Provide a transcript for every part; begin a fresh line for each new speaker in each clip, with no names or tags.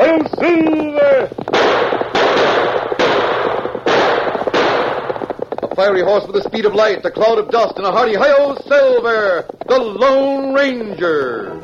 And Silver!
A fiery horse with the speed of light, a cloud of dust, and a hearty hi-yo silver, the Lone Ranger.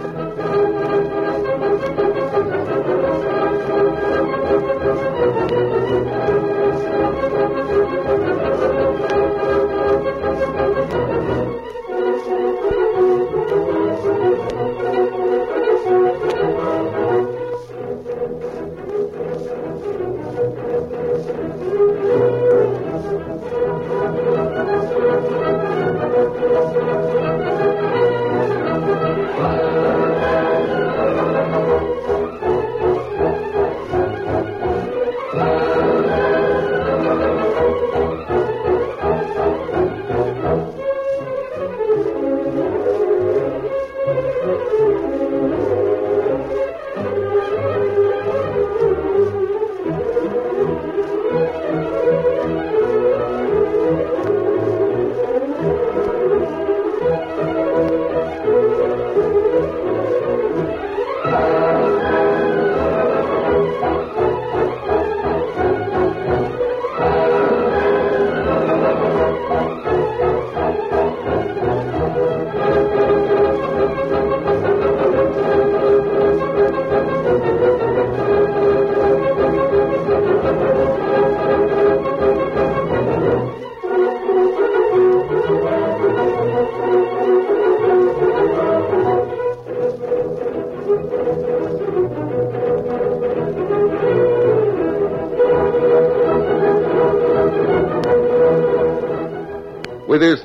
With his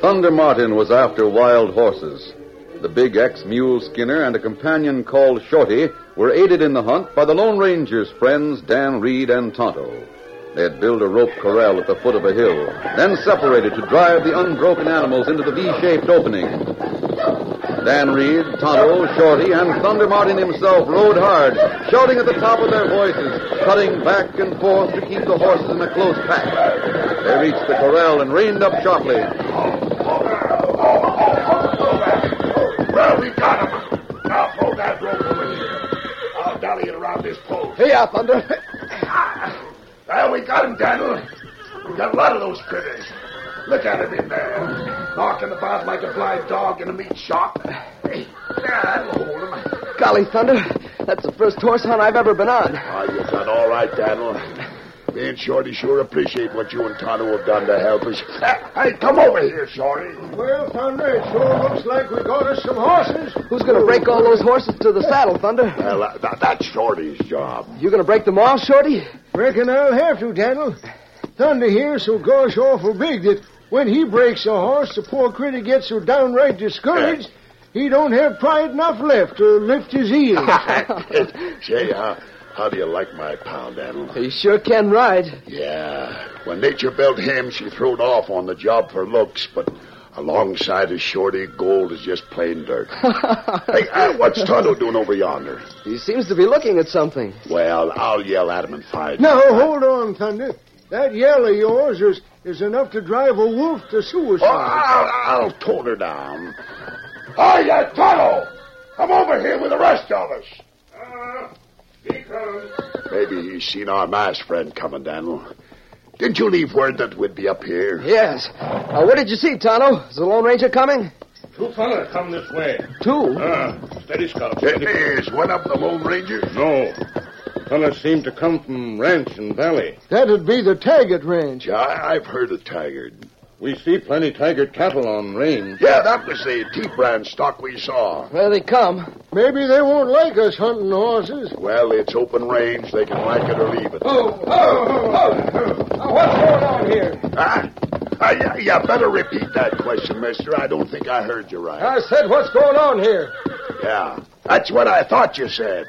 Thunder Martin was after wild horses. The big ex mule Skinner and a companion called Shorty were aided in the hunt by the Lone Ranger's friends Dan Reed and Tonto. They had built a rope corral at the foot of a hill, then separated to drive the unbroken animals into the V shaped opening. Dan Reed, Tonto, Shorty, and Thunder Martin himself rode hard, shouting at the top of their voices, cutting back and forth to keep the horses in a close pack. They reached the corral and reined up sharply,
Well, we got him. Now pull that rope over here. I'll dolly it around this pole.
Hey, uh, up under.
Ah, Well, we got him, Daniel. We got a lot of those critters. Look at him in there, knocking about like a blind dog in a meat shop. Hey, yeah, that'll hold him.
Golly thunder. That's the first horse hunt I've ever been on.
Oh, you done all right, Daniel. Me and Shorty sure appreciate what you and Tonto have done to help us. Hey, come over here, Shorty.
Well, Thunder, it sure looks like we got us some horses.
Who's gonna break all those horses to the saddle, Thunder?
Well, that, that's Shorty's job.
You gonna break them all, Shorty?
Reckon I'll have to, Daniel. Thunder here's so gosh awful big that when he breaks a horse, the poor critter gets so downright discouraged, he don't have pride enough left to lift his heels.
Say, how, how do you like my pound, Adel?
He sure can ride.
Yeah. When Nature built him, she throwed off on the job for looks, but alongside of Shorty, gold is just plain dirt. hey, uh, what's Tonto doing over yonder?
He seems to be looking at something.
Well, I'll yell at him and find
Now, hold on, Thunder. That yell of yours is, is enough to drive a wolf to
Oh,
Ah,
suicide.
I'll, I'll tone her down. Hey, you Tonto! Come over here with the rest of us. Maybe he's seen our masked friend coming, Daniel. Didn't you leave word that we'd be up here?
Yes. Uh, what did you see, Tonto? Is the Lone Ranger coming?
Two fellas come this way.
Two?
Ah, steady, Scout.
It
Steady.
is. One of the Lone Ranger.
No. Fellas seem to come from ranch and valley.
That'd be the Taggart Ranch.
Yeah, I, I've heard of Tiger.
We see plenty tiger cattle on range.
Yeah, that was the T brand stock we saw.
Well, they come.
Maybe they won't like us hunting horses.
Well, it's open range. They can like it or leave it.
Oh, oh, oh, what's going on here?
Huh? Uh, yeah, yeah, better repeat that question, mister. I don't think I heard you right.
I said, what's going on here?
Yeah, that's what I thought you said.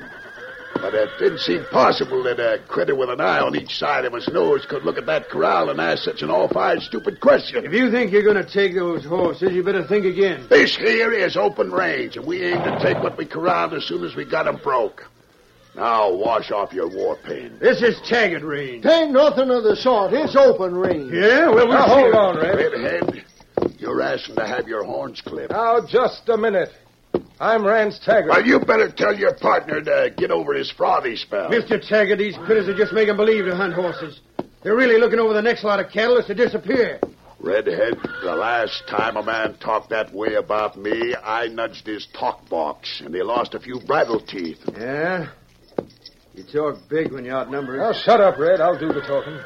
But it didn't seem possible that a critter with an eye on each side of his nose could look at that corral and ask such an all-fired stupid question.
If you think you're going to take those horses, you better think again.
This here is open range, and we aim to take what we corralled as soon as we got 'em broke. Now wash off your war paint.
This is Taggart Range. Ain't nothing of the sort. It's open range. Yeah, well, we'll hold on, Red.
Redhead, you're asking to have your horns clipped.
Now, just a minute. I'm Rance Taggart.
Well, you better tell your partner to get over his frothy spell.
Mr. Taggart, these critters are just making believe to hunt horses. They're really looking over the next lot of cattle is to disappear.
Redhead, the last time a man talked that way about me, I nudged his talk box, and he lost a few bridle teeth.
Yeah? You talk big when you outnumber Now, shut up, Red. I'll do the talking.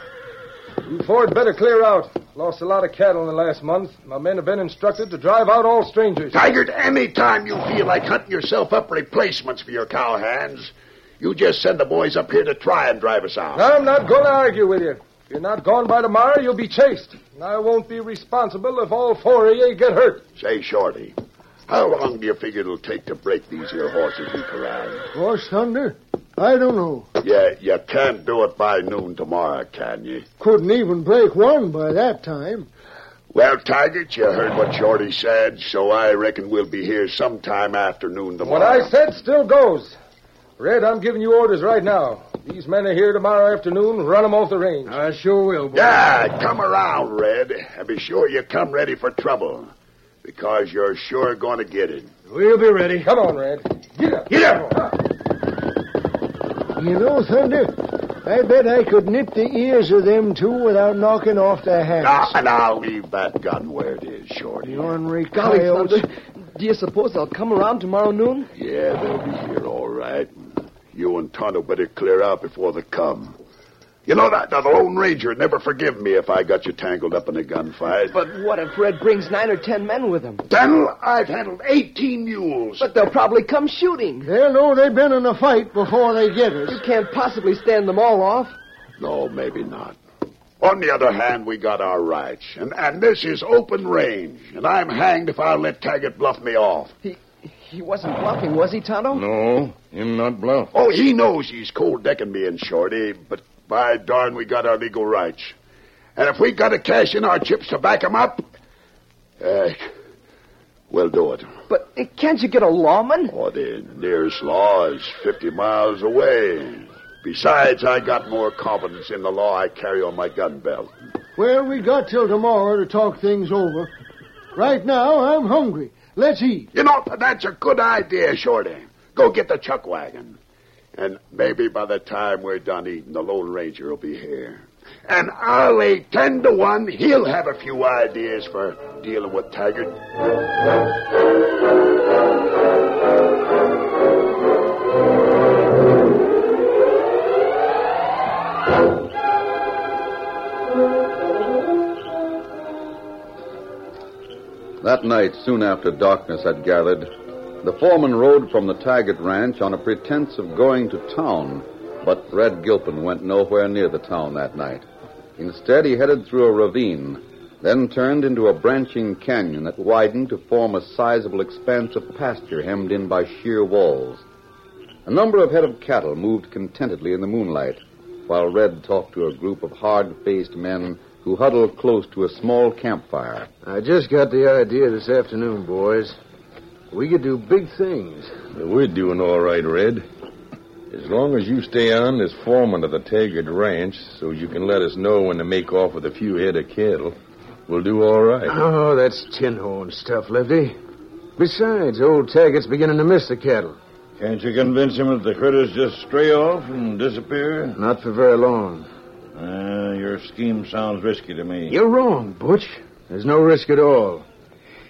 You Ford better clear out. Lost a lot of cattle in the last month. My men have been instructed to drive out all strangers.
Tigard, any time you feel like hunting yourself up replacements for your cowhands, you just send the boys up here to try and drive us out.
I'm not going to argue with you. If you're not gone by tomorrow, you'll be chased. And I won't be responsible if all four of you get hurt.
Say, Shorty, how long do you figure it'll take to break these here horses we corralled?
Gosh, Thunder, I don't know.
Yeah, you can't do it by noon tomorrow, can you?
Couldn't even break one by that time.
Well, Tigard, you heard what Shorty said, so I reckon we'll be here sometime after noon tomorrow.
What I said still goes. Red, I'm giving you orders right now. These men are here tomorrow afternoon. Run them off the range. I sure will, boy.
Yeah, come around, Red, and be sure you come ready for trouble, because you're sure going to get it.
We'll be ready. Come on, Red. Get up. Get up. You know, Thunder, I bet I could nip the ears of them two without knocking off their
Now, Ah, and I'll leave that gun where it is, Shorty.
ornery
Golly, Thunder. Do you suppose they'll come around tomorrow noon?
Yeah, they'll be here all right. You and Tonto better clear out before they come. You know that the Lone Ranger would never forgive me if I got you tangled up in a gunfight. But
But what if Red brings nine or ten men with him?
Daniel, I've handled eighteen mules.
But they'll probably come shooting.
They'll know they've been in a fight before they get
You
us.
can't possibly stand them all off.
No, maybe not. On the other hand, we got our rights, and, and this is open range, and I'm hanged if I'll let Taggart bluff me off.
He he wasn't bluffing, was he, Tonto?
No, him not bluff.
Oh, he knows he's cold decking me and Shorty, but by darn, we got our legal rights. And if we got to cash in our chips to back him up, eh, we'll do it.
But eh, can't you get a lawman?
Or the nearest law is 50 miles away. Besides, I got more confidence in the law I carry on my gun belt.
Well, we got till tomorrow to talk things over. Right now, I'm hungry. Let's eat.
You know, that's a good idea, Shorty. Go get the chuck wagon. And maybe by the time we're done eating, the Lone Ranger will be here. And I'll lay ten to one he'll have a few ideas for dealing with Taggart.
That night, soon after darkness had gathered, the foreman rode from the Taggart Ranch on a pretense of going to town, but Red Gilpin went nowhere near the town that night. Instead, he headed through a ravine, then turned into a branching canyon that widened to form a sizable expanse of pasture hemmed in by sheer walls. A number of head of cattle moved contentedly in the moonlight, while Red talked to a group of hard-faced men who huddled close to a small campfire.
I just got the idea this afternoon, boys. We could do big things.
We're doing all right, Red. As long as you stay on as foreman of the Taggart Ranch so you can let us know when to make off with a few head of cattle, we'll do all right.
Oh, that's tin horn stuff, Lefty. Besides, old Taggart's beginning to miss the cattle.
Can't you convince him that the critters just stray off and disappear?
Not for very long.
Uh, your scheme sounds risky to me.
You're wrong, Butch. There's no risk at all.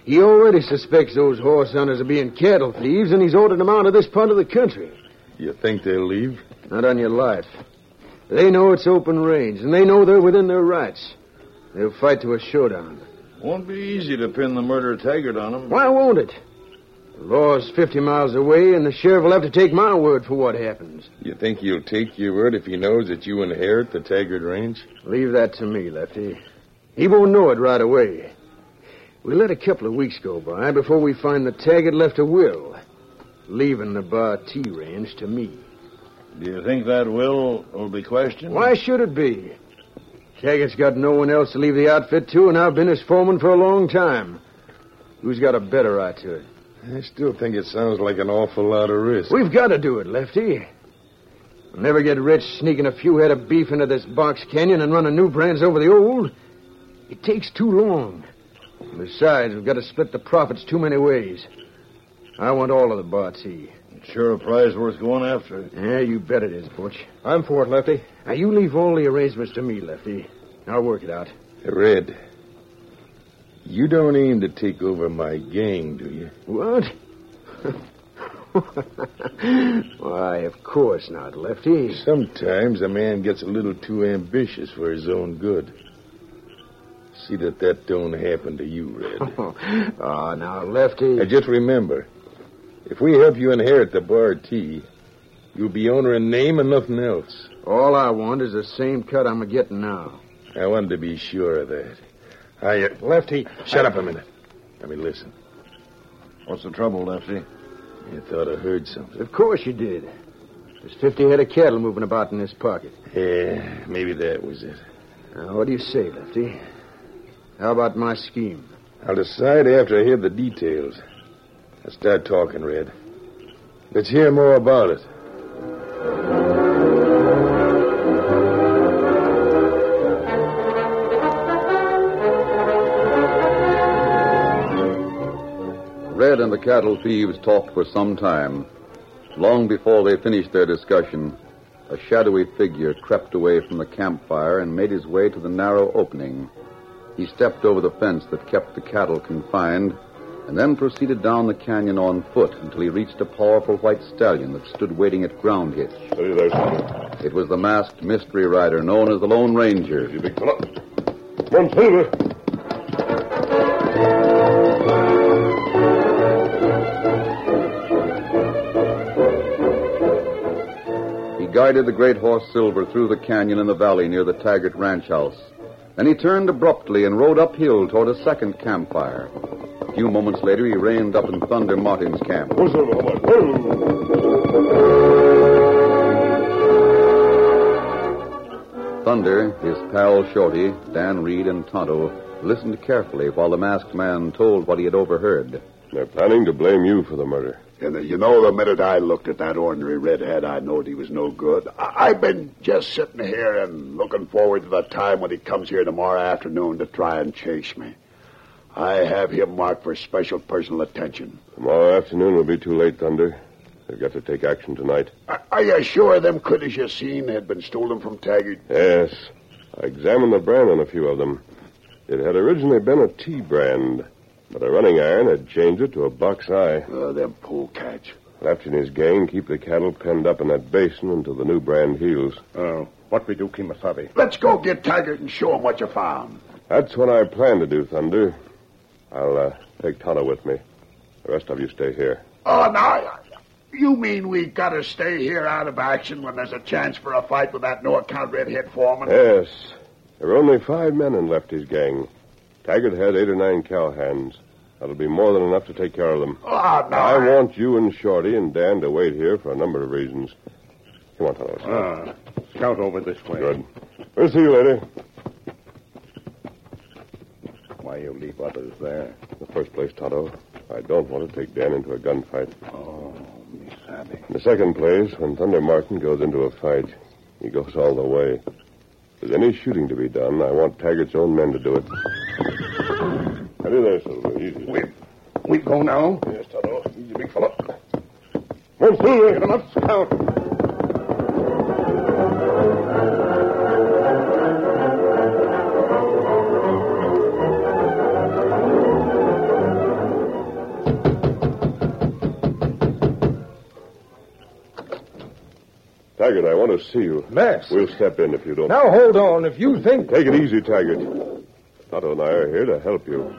He already suspects those horse hunters of being cattle thieves, and he's ordered them out of this part of the country.
You think they'll leave?
Not on your life. They know it's open range, and they know they're within their rights. They'll fight to a showdown.
Won't be easy to pin the murder of Taggart on them.
Why won't it? The law's 50 miles away, and the sheriff will have to take my word for what happens.
You think he'll take your word if he knows that you inherit the Taggart ranch?
Leave that to me, Lefty. He won't know it right away. We let a couple of weeks go by before we find the Taggart left a will, leaving the Bar T Ranch to me.
Do you think that will will be questioned?
Why should it be? Taggart's got no one else to leave the outfit to, and I've been his foreman for a long time. Who's got a better right to it?
I still think it sounds like an awful lot of risk.
We've got to do it, Lefty. We'll never get rich sneaking a few head of beef into this box canyon and running new brands over the old. It takes too long. Besides, we've got to split the profits too many ways. I want all of the Bartee.
Sure, a prize worth going after.
Yeah, you bet it is, Butch.
I'm for it, Lefty.
Now, you leave all the arrangements to me, Lefty. I'll work it out.
Red, you don't aim to take over my gang, do you?
What? Why, of course not, Lefty.
Sometimes a man gets a little too ambitious for his own good. See that that don't happen to you, Red.
Oh, oh, now, Lefty.
now just remember, if we help you inherit the Bar T, you'll be owner in name and nothing else.
All I want is the same cut I'm getting now.
I wanted to be sure of that. I, uh, Lefty, shut up a minute. Let me listen.
What's the trouble, Lefty?
You thought I heard something.
Of course you did. There's 50 head of cattle moving about in this pocket.
Yeah, maybe that was it.
Now, what do you say, Lefty? How about my scheme?
I'll decide after I hear the details. Let's start talking, Red. Let's hear more about it.
Red and the cattle thieves talked for some time. Long before they finished their discussion, a shadowy figure crept away from the campfire and made his way to the narrow opening. He stepped over the fence that kept the cattle confined and then proceeded down the canyon on foot until he reached a powerful white stallion that stood waiting at ground hitch.
Hey there, son.
It was the masked mystery rider known as the Lone Ranger.
You big fella. One silver.
He guided the great horse Silver through the canyon in the valley near the Taggart ranch house. Then he turned abruptly and rode uphill toward a second campfire. A few moments later, he reined up in Thunder Martin's camp.
One silver. How much? Whoa.
Thunder, his pal Shorty, Dan Reed, and Tonto listened carefully while the masked man told what he had overheard.
They're planning to blame you for the murder.
And uh, you know, the minute I looked at that ordinary redhead, I knowed he was no good. I- I've been just sitting here and looking forward to the time when he comes here tomorrow afternoon to try and chase me. I have him marked for special personal attention.
Tomorrow afternoon will be too late, Thunder. They've got to take action tonight.
Are, are you sure them critters you seen had been stolen from Taggart?
Yes. I examined the brand on a few of them. It had originally been a T brand, but a running iron had changed it to a box eye.
Uh, them poor cats.
Lafton and his gang keep the cattle penned up in that basin until the new brand heals.
Oh, what we do, Kimasabi?
Let's go get Taggart and show him what you found.
That's what I plan to do, Thunder. I'll uh, take Tonto with me. The rest of you stay here.
Oh, now, you mean we gotta stay here out of action when there's a chance for a fight with that no account redhead foreman?
Yes. There were only five men in Lefty's gang. Taggart had eight or nine cowhands. That'll be more than enough to take care of them.
Oh,
I
no.
want you and Shorty and Dan to wait here for a number of reasons. Come on, Tonto. let's go.
Ah, scout over this way.
Good. We'll see you later.
Why you leave others there?
In the first place, Tonto, I don't want to take Dan into a gunfight.
Oh, Misabi.
In the second place, when Thunder Martin goes into a fight, he goes all the way. If there's any shooting to be done, I want Taggart's own men to do it. Steady there, Silver. Easy.
We, we go now?
Yes, Tonto.
You big fella.
Come on, Silver.
Get him up, scout.
Taggart, I want to see you.
Mask.
We'll step in if you don't.
Now hold on. If you think
Take it easy, Taggart. Tonto and I are here to help you.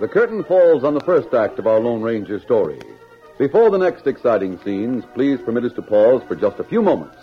The curtain falls on the first act of our Lone Ranger story. Before the next exciting scenes, please permit us to pause for just a few moments.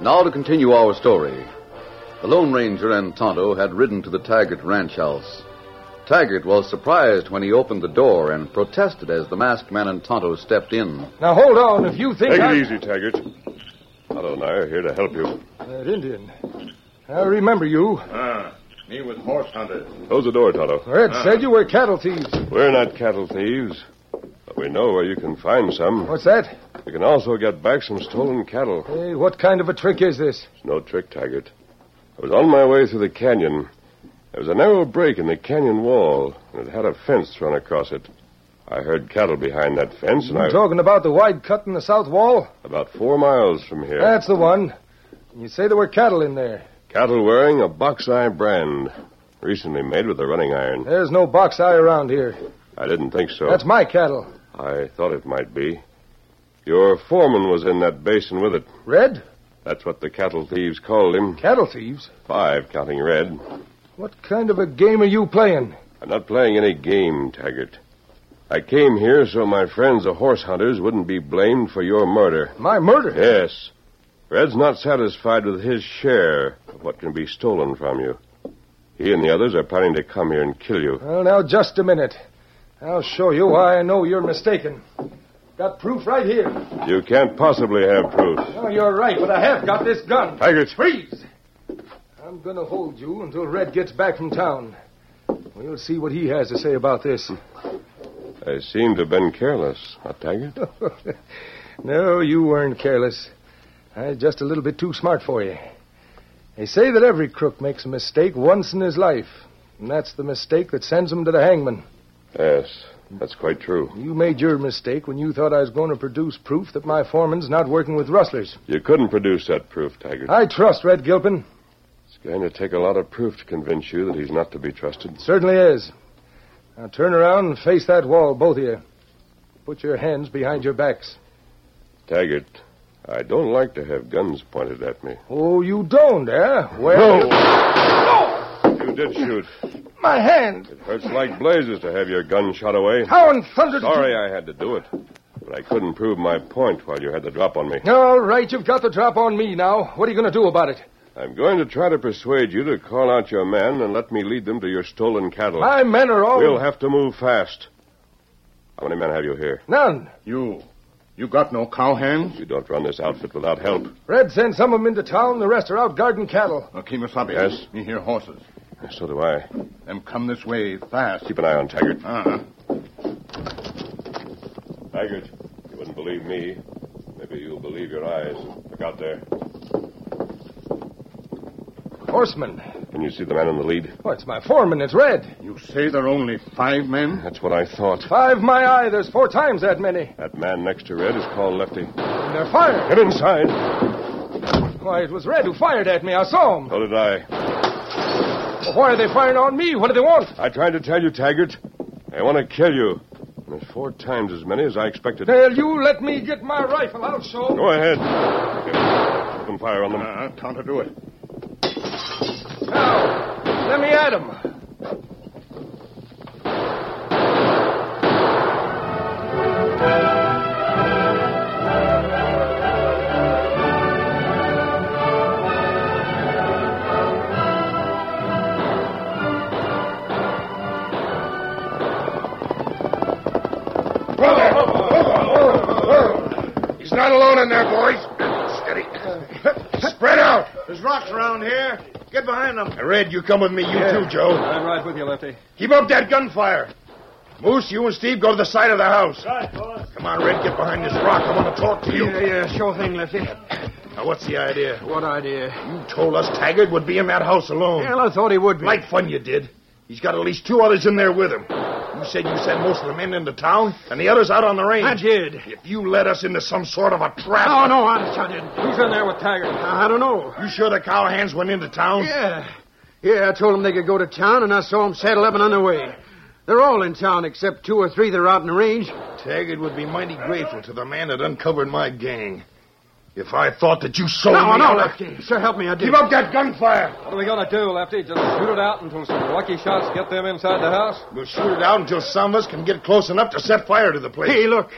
Now to continue our story. The Lone Ranger and Tonto had ridden to the Taggart ranch house. Taggart was surprised when he opened the door and protested as the masked man and Tonto stepped in.
Now hold on. If you think
Take
I-
it easy, Taggart. Tonto and I are here to help you.
that Indian. I remember you.
Ah, me with horse hunter.
Close the door, Tonto.
Red said you were cattle thieves.
We're not cattle thieves, but we know where you can find some.
What's that?
You can also get back some stolen cattle.
Hey, what kind of a trick is this?
No trick, Taggart. I was on my way through the canyon. There was a narrow break in the canyon wall, and it had a fence run across it. I heard cattle behind that fence, and
You
I
talking about the wide cut in the south wall?
about four miles from here.
That's the one. You say there were cattle in there.
Cattle wearing a box-eye brand, recently made with a running iron.
There's no box eye around here.
I didn't think so.
That's my cattle.
I thought it might be. Your foreman was in that basin with it.
Red?
That's what the cattle thieves called him.
Cattle thieves?
Five, counting Red.
What kind of a game are you playing?
I'm not playing any game, Taggart. I came here so my friends, the horse hunters, wouldn't be blamed for your murder.
My murder.
Yes. Red's not satisfied with his share of what can be stolen from you. He and the others are planning to come here and kill you.
Well, now, just a minute. I'll show you why I know you're mistaken. Got proof right here.
You can't possibly have proof.
Oh, you're right, but I have got this gun.
Taggart,
Freeze! I'm going to hold you until Red gets back from town. We'll see what he has to say about this.
I seem to have been careless, not Taggart.
no, you weren't careless. I was just a little bit too smart for you. They say that every crook makes a mistake once in his life, and that's the mistake that sends him to the hangman.
Yes, that's quite true.
You made your mistake when you thought I was going to produce proof that my foreman's not working with rustlers.
You couldn't produce that proof, Taggart.
I trust Red Gilpin.
It's going to take a lot of proof to convince you that he's not to be trusted.
Certainly is. Now turn around and face that wall, both of you. Put your hands behind your backs.
Taggart, I don't like to have guns pointed at me.
Oh, you don't, eh? Well,
You did shoot.
my hand!
It hurts like blazes to have your gun shot away.
How in thunder did you-
Sorry I had to do it, but I couldn't prove my point while you had the drop on me.
All right, you've got the drop on me now. What are you going to do about it?
I'm going to try to persuade you to call out your men and let me lead them to your stolen cattle.
My men are all.
We'll have to move fast. How many men have you here?
None.
You. You got no cowhands?
You don't run this outfit without help.
Red sent some of them into town. The rest are out guarding cattle.
Uh, Kimasabi.
Yes?
Me hear horses.
So do I.
Them come this way fast.
Keep an eye on Taggart.
Uh-huh.
Taggart, you wouldn't believe me. Maybe you'll believe your eyes. Look out there.
Horsemen.
Can you see the man in the lead?
Oh, it's my foreman. It's Red.
You say there are only five men?
That's what I thought.
Five, my eye. There's four times that many.
That man next to Red is called Lefty.
And they're fired.
Get inside.
Why, it was Red who fired at me. I saw him.
So did I.
Why are they firing on me? What do they want?
I tried to tell you, Taggart. They want to kill you. There's four times as many as I expected.
Will you let me get my rifle? I'll show.
Go ahead. open fire on them.
Uh, time to do it.
Now, let me at him.
He's not alone in there, boys. Steady. Spread out.
There's rocks around here. Get behind them.
Red, you come with me, you too, Joe.
I'm right with you, Lefty.
Keep up that gunfire. Moose, you and Steve go to the side of the house. Come on, Red, get behind this rock. I want to talk to you.
yeah, sure thing, Lefty.
Now, what's the idea?
What idea?
You told us Taggart would be in that house alone.
Well, I thought he would be.
Like fun you did. He's got at least two others in there with him. You said you sent most of the men into town, and the others out on the range.
I did.
If you led us into some sort of a trap.
Oh, no, honest, I didn't. Who's in there with Taggart? I, I don't know.
You sure the cowhands went into town?
Yeah. Yeah, I told them they could go to town, and I saw them saddle up and underway. They're all in town except two or three that are out in the range.
Taggart would be mighty grateful to the man that uncovered my gang. If I thought that you sold
No,
me...
no,
out-
Lefty. Sure, help me, I did.
Give up that gunfire.
What are we going to do, Lefty? Just shoot it out until some lucky shots get them inside the house?
We'll shoot it out until some of us can get close enough to set fire to the place.
Hey, look.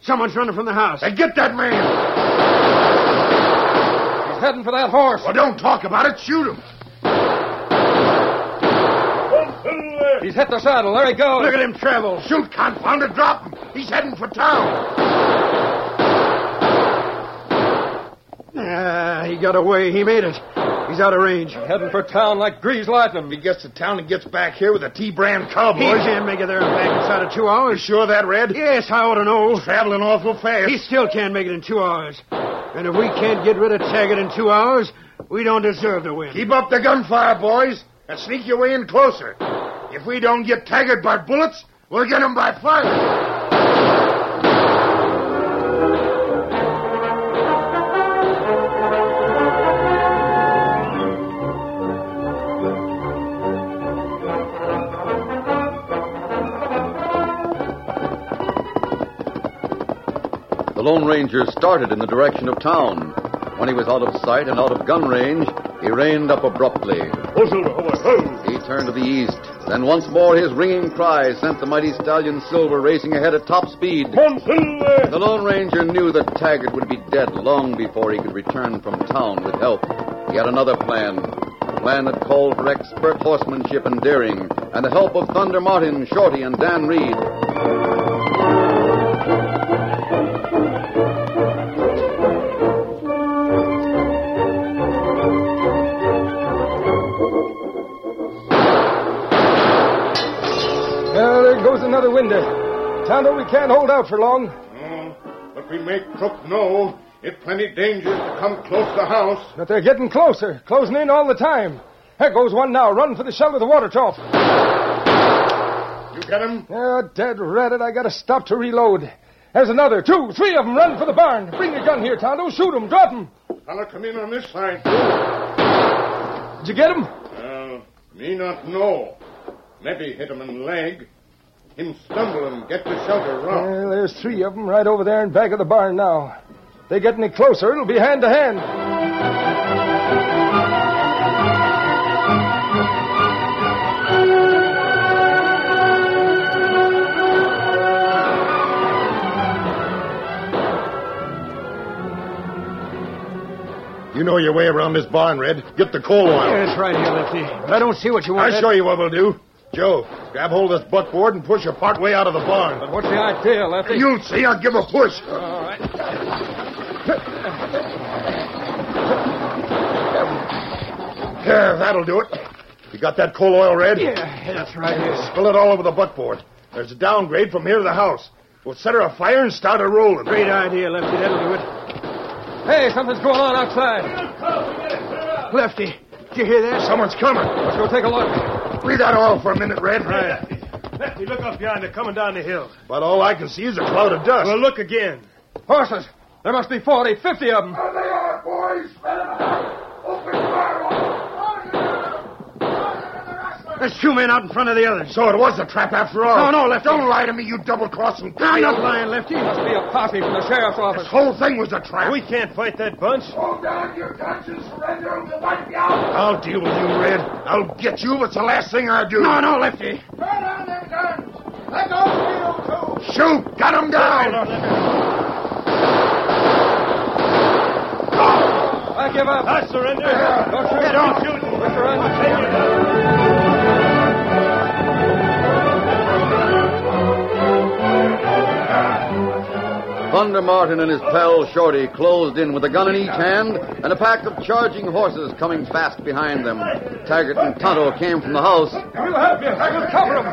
Someone's running from the house.
Hey, get that man.
He's heading for that horse.
Well, Oh, don't talk about it. Shoot him.
He's hit the saddle. There he goes.
Look at him travel. Shoot, confound it. Drop him. He's heading for town.
Ah, he got away. He made it. He's out of range.
Heading for town like greased lightning.
He gets to town and gets back here with a T-brand cowboy.
He can't make it there and back inside of two hours.
sure that, Red?
Yes, I ought to know.
Traveling awful fast.
He still can't make it in two hours. And if we can't get rid of Taggart in two hours, we don't deserve to win.
Keep up the gunfire, boys, and sneak your way in closer. If we don't get Taggart by bullets, we'll get him by fire.
The Lone Ranger started in the direction of town. When he was out of sight and out of gun range, he reined up abruptly. He turned to the east. Then once more his ringing cry sent the mighty stallion Silver racing ahead at top speed. The Lone Ranger knew that Taggart would be dead long before he could return from town with help. He had another plan. A plan that called for expert horsemanship and daring, and the help of Thunder Martin, Shorty, and Dan Reed.
Well, there goes another window. Tonto, we can't hold out for long.
Mm,
But we make Crook know it plenty dangerous to come close to the house.
But they're getting closer, closing in all the time. There goes one now, running for the shelter of the water trough.
You get him?
Ah, dead ratted, I gotta stop to reload. There's another, two, three of them running for the barn. Bring your gun here, Tonto. Shoot 'em, drop 'em.
Fella come in on this side.
Did you get 'em?
Uh, me not know. Maybe hit him in leg. Him stumble and get to shelter
Oh.
Uh,
rock.
Well, there's three of 'em right over there in back of the barn now. If They get any closer, it'll be hand to hand.
You know your way around this barn, Red. Get the coal oil.
Yes, right here, Lefty. But I don't see what you want.
I'll show you what we'll do. Joe, grab hold of this buckboard and push her part way out of the barn.
What's the idea, Lefty?
You'll see. I'll give a push.
All right.
Yeah, that'll do it. You got that coal oil, Red?
Yeah, that's right. Yes.
Spill it all over the buckboard. There's a downgrade from here to the house. We'll set her afire and start her rolling.
Great idea, Lefty. That'll do it.
Hey, something's going on outside.
Lefty, did you hear that?
Someone's coming.
Let's go take a look.
Leave that oil for a minute, Red.
Lefty, look up yonder, coming down the hill.
But all I can see is a cloud of dust.
look again.
Horses. There must be 40, 50 of them.
they are, boys. Let them out. Open fire on them.
the shoeman out in front of the others.
So it was a trap after all.
No, no, Lefty.
Don't lie to me, you double-crossing.
I'm not lying, Lefty.
Must be a posse from the sheriff's
This
office.
whole thing was a trap.
We can't fight that bunch.
Hold down your guns and surrender or we'll wipe you out.
I'll deal with you, Red.
I'll get you. It's the last thing I do.
No, no, Lefty.
Turn down them guns. Let go of you two. Shoot. Got him down.
I give up. I surrender. Don't shoot. Don't shoot. I surrender.
Thunder Martin and his pal Shorty closed in with a gun in each hand and a pack of charging horses coming fast behind them. Taggart and Tonto came from the house.
We'll help you. We'll cover him.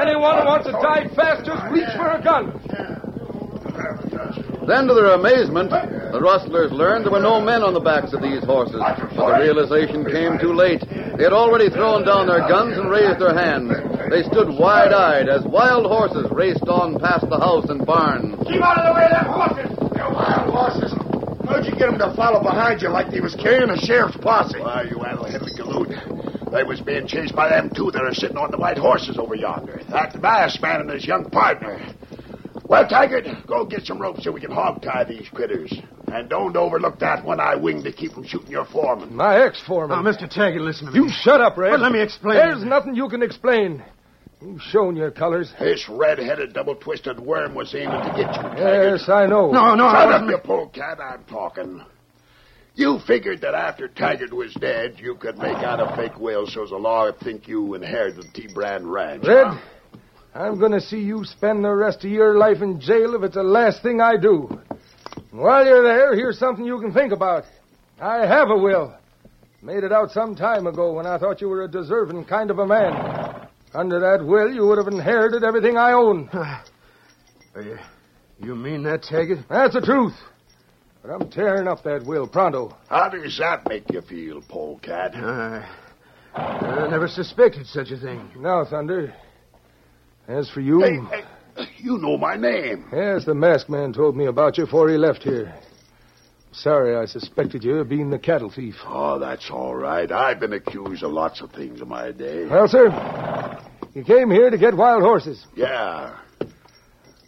Anyone who wants to die fast, just reach for a gun.
Then, to their amazement, the rustlers learned there were no men on the backs of these horses. But the realization came too late. They had already thrown down their guns and raised their hands. They stood wide eyed as wild horses raced on past the house and barn.
Keep out of the way of them horses. They're wild horses. How'd you get 'em to follow behind you like they was carrying a sheriff's posse? Why, you addle-headed galoot. They was being chased by them two that are sitting on the white horses over yonder. That masked man and his young partner. Well, Taggart, go get some rope so we can hog tie these critters. And don't overlook that one eye wing to keep from shooting your foreman.
My ex foreman.
Mr. Taggart, listen to me.
you shut up, Red.
Well, let me explain.
There's nothing you can explain. You've shown your colors.
This red-headed, double-twisted worm was aiming to get you, Taggart.
Yes, I know.
No, no, I
Shut up,
wasn't.
you polecat. I'm talking. You figured that after Taggart was dead, you could make out a fake will so the law would think you inherited the T-Brand ranch.
Red, I'm going to see you spend the rest of your life in jail if it's the last thing I do. And while you're there, here's something you can think about. I have a will. Made it out some time ago when I thought you were a deserving kind of a man. Under that will, you would have inherited everything I own.
Uh, You mean that, Taggart?
That's the truth. But I'm tearing up that will pronto.
How does that make you feel, polecat?
Hmm.
Uh, I never suspected such a thing.
Now, Thunder, as for you,
Hey, hey, you know my name.
yes, the masked man told me about you before he left here. Sorry I suspected you of being the cattle thief.
Oh, that's all right. I've been accused of lots of things in my day.
Well, sir, you came here to get wild horses.
Yeah.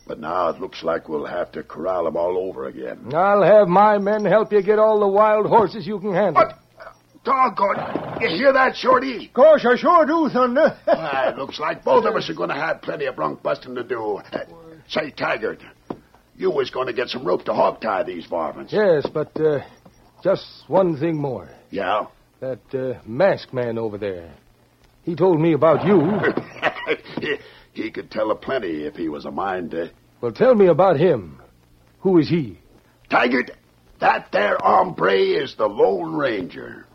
But now it looks like we'll have to corral them all over again.
I'll have my men help you get all the wild horses you can handle.
What? Doggone. You hear that, Shorty?
Of course, I sure do, Thunder.
Ah, it looks like both of us are going to have plenty of bronc busting to do. Uh, Say, Taggart, you was going to get some rope to hog tie these varmints.
Yes, but uh, just one thing more.
Yeah?
That uh, masked man over there, he told me about you.
he, he could tell a plenty if he was a mind to.
Well, tell me about him. Who is he?
Taggart, that there hombre is the Lone Ranger.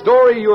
story you